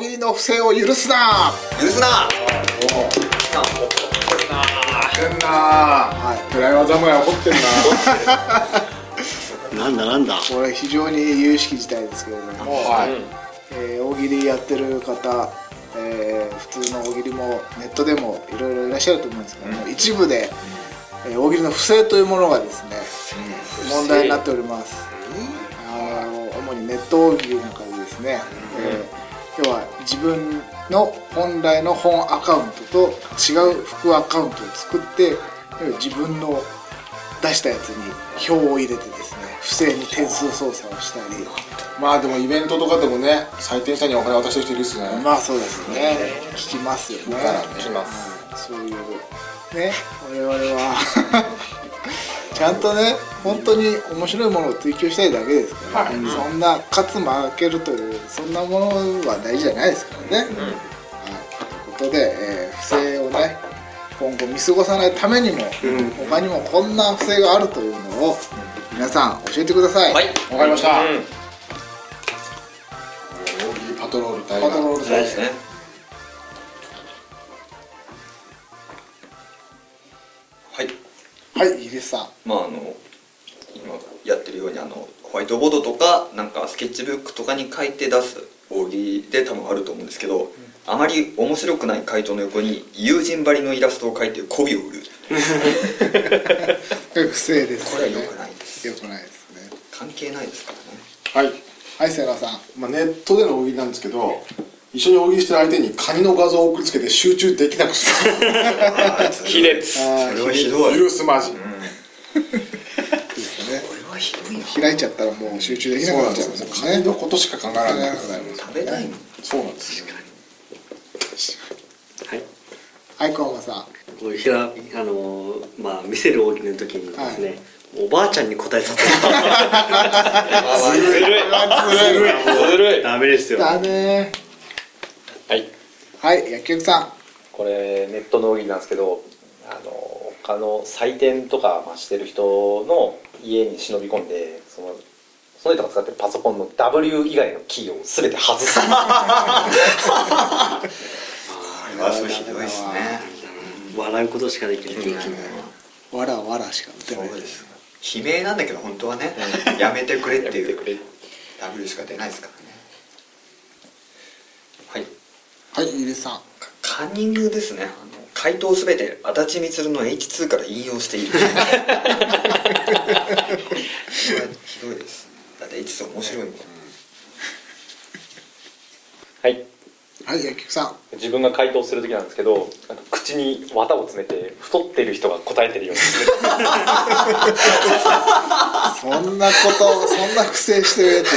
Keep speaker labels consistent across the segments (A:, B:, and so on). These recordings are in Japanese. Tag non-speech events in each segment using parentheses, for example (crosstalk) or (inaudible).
A: 切りの不正を許すな
B: 許すな
A: 変なはい暗い技もや怒ってる
C: なんだなんだ
A: なこれ非常に有識事態ですけれども、
D: はい
A: えー大喜利やってる方、えー普通の大喜利もネットでもいろいろいらっしゃると思うんですけども、一部で、えー大喜利の不正というものがですね、問題になっております、あの主にネット大喜利なんかでですね、えー要は自分の本来の本アカウントと違う副アカウントを作って要は自分の出したやつに票を入れてですね不正に点数操作をしたり
D: まあでもイベントとかでもね採点者にお金渡してる人いるっすね
A: まあそうですね聞きますよね
D: します
A: そういうね我々は (laughs) ちゃんとね本当に面白いものを追求したいだけですから、そんな勝つ負けるというそんなものは大事じゃないですからね、はい、ということで、えー不正をね今後見過ごさないためにも、他にもこんな不正があるというのを皆さん教えてください、
B: はい
D: わかりました
B: うん
D: 大喜利パトロール大
A: パトロール
D: 河
A: 隊
B: 大事ですねはい
A: はいイギリスさん
B: まああの今やってるようにあのホワイトボードとかなんかスケッチブックとかに書いて出す大喜利で多分あると思うんですけど、あまり面白くない回答の横に友人張りのイラストを描いて媚びを売
A: こ
B: る
A: れ不正です
B: こ
A: よ
B: れは
A: ね
B: 良くないです
A: 良くないですね
B: 関係ないですからね
D: はい、
A: はい瀬名さん
D: まあ、ネットでの大喜利なんですけど一緒に大喜利してる相手にカニの画像を送りつけて集中できなくする
E: 卑劣
A: あ
B: それはひどい
D: 許すマジ、
B: これはひどいな
A: ー開いちゃったらもう集中できな
D: そう
A: く
D: な
A: なんっ
D: で
A: ちゃ
D: す
A: い
D: よ
A: ま
D: もう
A: すから
D: カニ
A: ね
D: のことしか考えられない
B: 食べたいの
D: そうなんですよ
E: はい
A: はい、小浜さん。
E: こうひらあのーまあ見せる大きな時にですね、おばあちゃんに答えさせる
B: (laughs) ずるい
E: ずるい
F: ずるい
E: ダメですよ
A: だね
F: はい
A: ー。はい、薬局さん。
F: これネットの売りなんですけどあの他の採点とかまあしてる人の家に忍び込んでそのその人が使ってるパソコンの W 以外のキーを全て外 (laughs) す
B: これはそれひどいですね
E: 笑うことしかできない、
A: わらわらしか打て
B: そ。
A: ないう
B: です悲鳴なんだけど本当はねやめてくれっていう W しか出ないですからねはい
A: はい、ゆりさん。
B: カンニングですね。あの回答すべて足立みつるの H2 から引用している。これひどいです。だって H2 面白いもん。
F: はい
A: はい、薬局さん。
F: 自分が回答する時なんですけどなんか口に綿を詰めて太ってる人が答えてるようにする
A: そんなこと、そんな不正してるやつい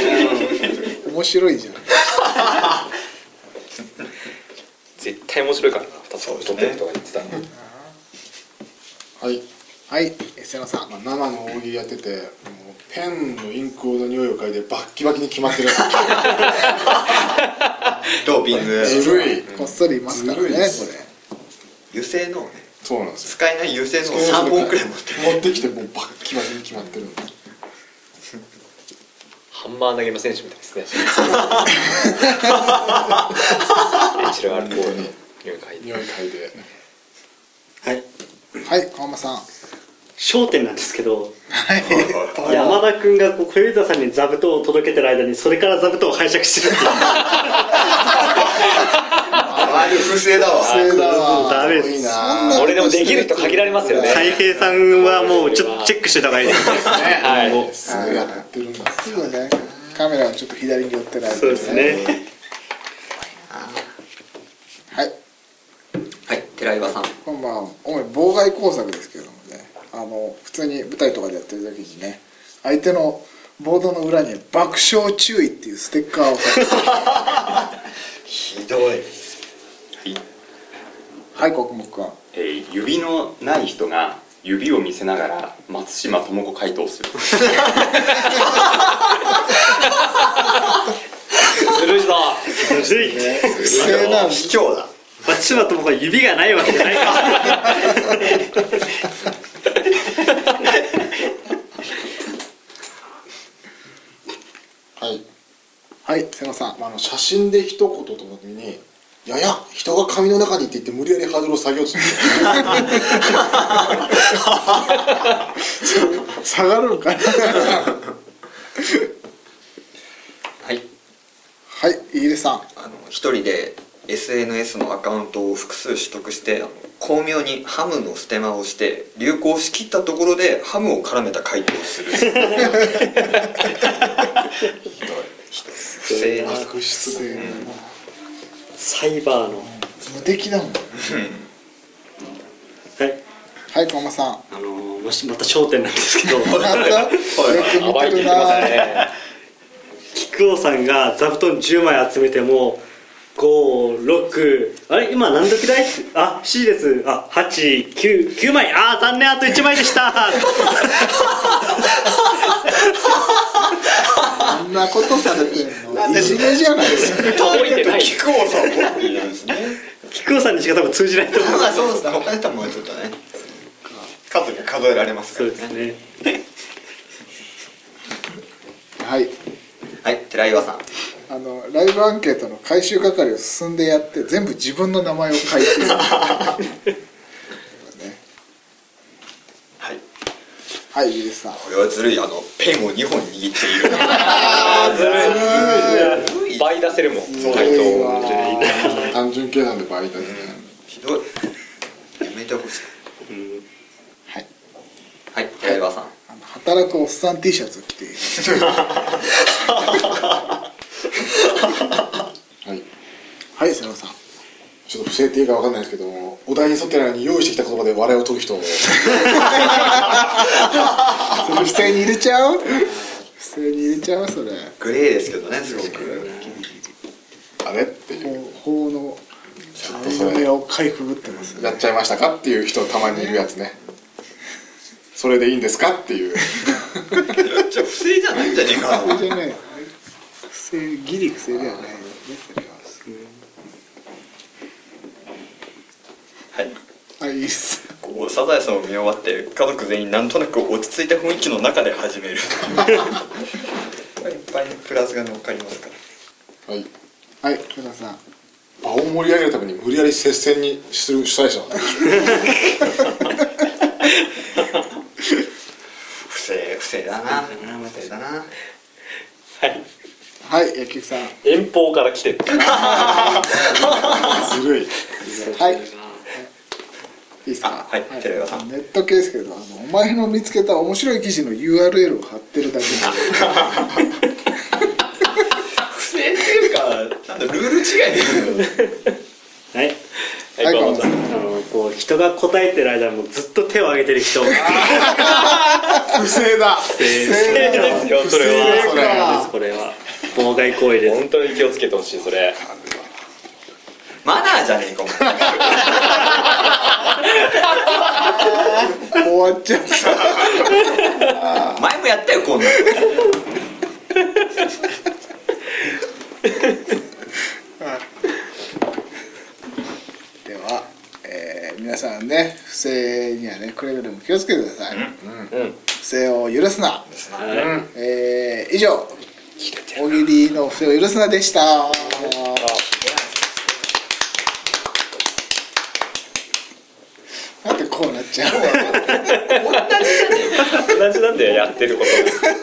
A: るんだ。面白いじゃん。
F: (laughs) 絶対面白いからな2つ太ってる人が言ってたら
D: はい、
A: はい、え瀬野さん。
D: まあ、生の大喜利やっててもうペンのインクの匂いを嗅いでバッキバキに決まってるやつ
B: ドーピング。
D: ずるい
A: こっそりいますからね、こ
D: ずるいです
A: れ。
B: 油性のをね、
D: そうなんですよ
B: 使えない油性のを3本くらい持ってる。
D: 持ってきてもうバッキバキに決まってるんで
F: ハンマー投げの選手みたいですね (laughs) 一応アルコールの匂い嗅いで (laughs)
D: 匂い嗅いで
E: はい
A: はい、小浜さん。
E: 焦点なんですけど山田君がこう小遊三さんに座布団を届けてる間にそれから座布団を拝借してるっていう
B: あれ不正だわ。
A: 不正だ
E: もう
A: わ。
E: ダメです
F: 俺でもできる人限られますよね
E: たい平さんはもうちょっとチェックしてた方がいいですね
F: はい
E: もう
D: すごいやってるんです
A: すぐね、カメラがちょっと左に寄ってない
E: そうです。ね
A: はい。
B: はい、寺岩さん。
A: まあまあ主に妨害工作ですけれどもねあの普通に舞台とかでやってる時にね相手のボードの裏に「爆笑注意」っていうステッカーを貼って
B: ひどい。
A: はい国木君
G: えー指のない人が指を見せながら松島智子回答する
F: ずるいぞ
E: ずるい
A: 不正なんで
B: 卑怯だ。
E: 松島智子は指がないわけじゃない (laughs) から
D: はい
A: はい瀬野さん
D: あの写真で一言と時に「やや人が紙の中に」って言って無理やりハードルを下げようとする
A: 下がるんかな
B: はい
A: はい飯出さん
B: あの一人で SNS のアカウントを複数取得してあの巧妙にハムのステマをして流行しきったところでハムを絡めた回答をするひどい不正に
A: 悪質で
E: サイバーの
A: 無敵だもん
E: はい
A: はいママさん
E: あのーましまた焦点なんですけど
A: またよく
F: 暴
A: 見
F: い
A: て
F: てい
A: る
F: きます
A: な
F: ね
E: 菊尾さんが座布団10枚集めても56あれ今何時だいあ7ですあ八九九枚あー残念あと1枚でした (laughs)
A: あんなことされてんのいじめじゃないですか
F: 届いてない
B: 聞く王さんもいいですね
E: 菊尾さんにしか多分通じないと思う
B: まあそうですね他の人もちょっとね数が数えられますか
E: そう
B: ら
E: ですね
A: はい
B: はい寺岩さん
A: あのライブアンケートの回収係を進んでやって全部自分の名前を書 (laughs) いてる
B: はい
A: はい飯出さん
B: これはずるいあのペンを2本握っている
F: 倍出せるもん
A: すご
F: 回答
A: いわ
D: 単純計算でバイトでね
B: ひどいやめてほしい
A: はい
B: はい寺岩さん
A: あの働くおっさん T シャツを着ている
D: はい
A: はい瀬野さん
D: ちょっと不正っていうかわかんないですけどもお題に沿ってないのに用意してきた言葉で笑いを取る人を
A: それ不正に入れちゃう不正に入れちゃうそれ
B: グレーですけどねすごく
D: あれっていう
A: 法の網の目をかいくぐってますね
D: やっちゃいましたかっていう人たまにいるやつねそれでいいんですかっていう
B: じゃあ不正じゃないんじゃねえか
A: 不正じゃない不正ギリ不正ではないですね
B: はい
A: それははいいいです
B: (laughs) こうサザエさんを見終わって家族全員なんとなく落ち着いた雰囲気の中で始めるいっぱいプラスが乗っかりますから
D: はい
A: はい瀬野さん
D: 場を盛り上げるために無理やり接戦にする主催者
B: 不正不正だな不正だな
F: はい
A: はい野球さんは
F: 遠方から来てる
D: ずるい
A: いいいですか
B: あはい寺岩さん
A: ネット系ですけどあのお前の見つけた面白い記事の URL を貼ってるだけなんで (laughs)
B: 不正っていうかなんだルール違いで
E: はい
A: はい
F: はい
E: あのこう人が答えてる間もずっと手を挙げてる人
A: 不正だ不正だ
F: ですよそれ
A: 不正
F: は
A: か
E: これは妨害行為です
F: 本当に気をつけてほしいそれ
B: マナーじゃねえかお (laughs) 前
A: 終わっちゃった
B: 前もやったよこんなの
A: では、えー皆さんね不正にはねくれぐれも気をつけてください、
F: うん
A: 不正を許すな、
E: は
A: えー以上大喜利の不正を許すなでしたなんでこうなっちゃう
F: 同じなんだよやってること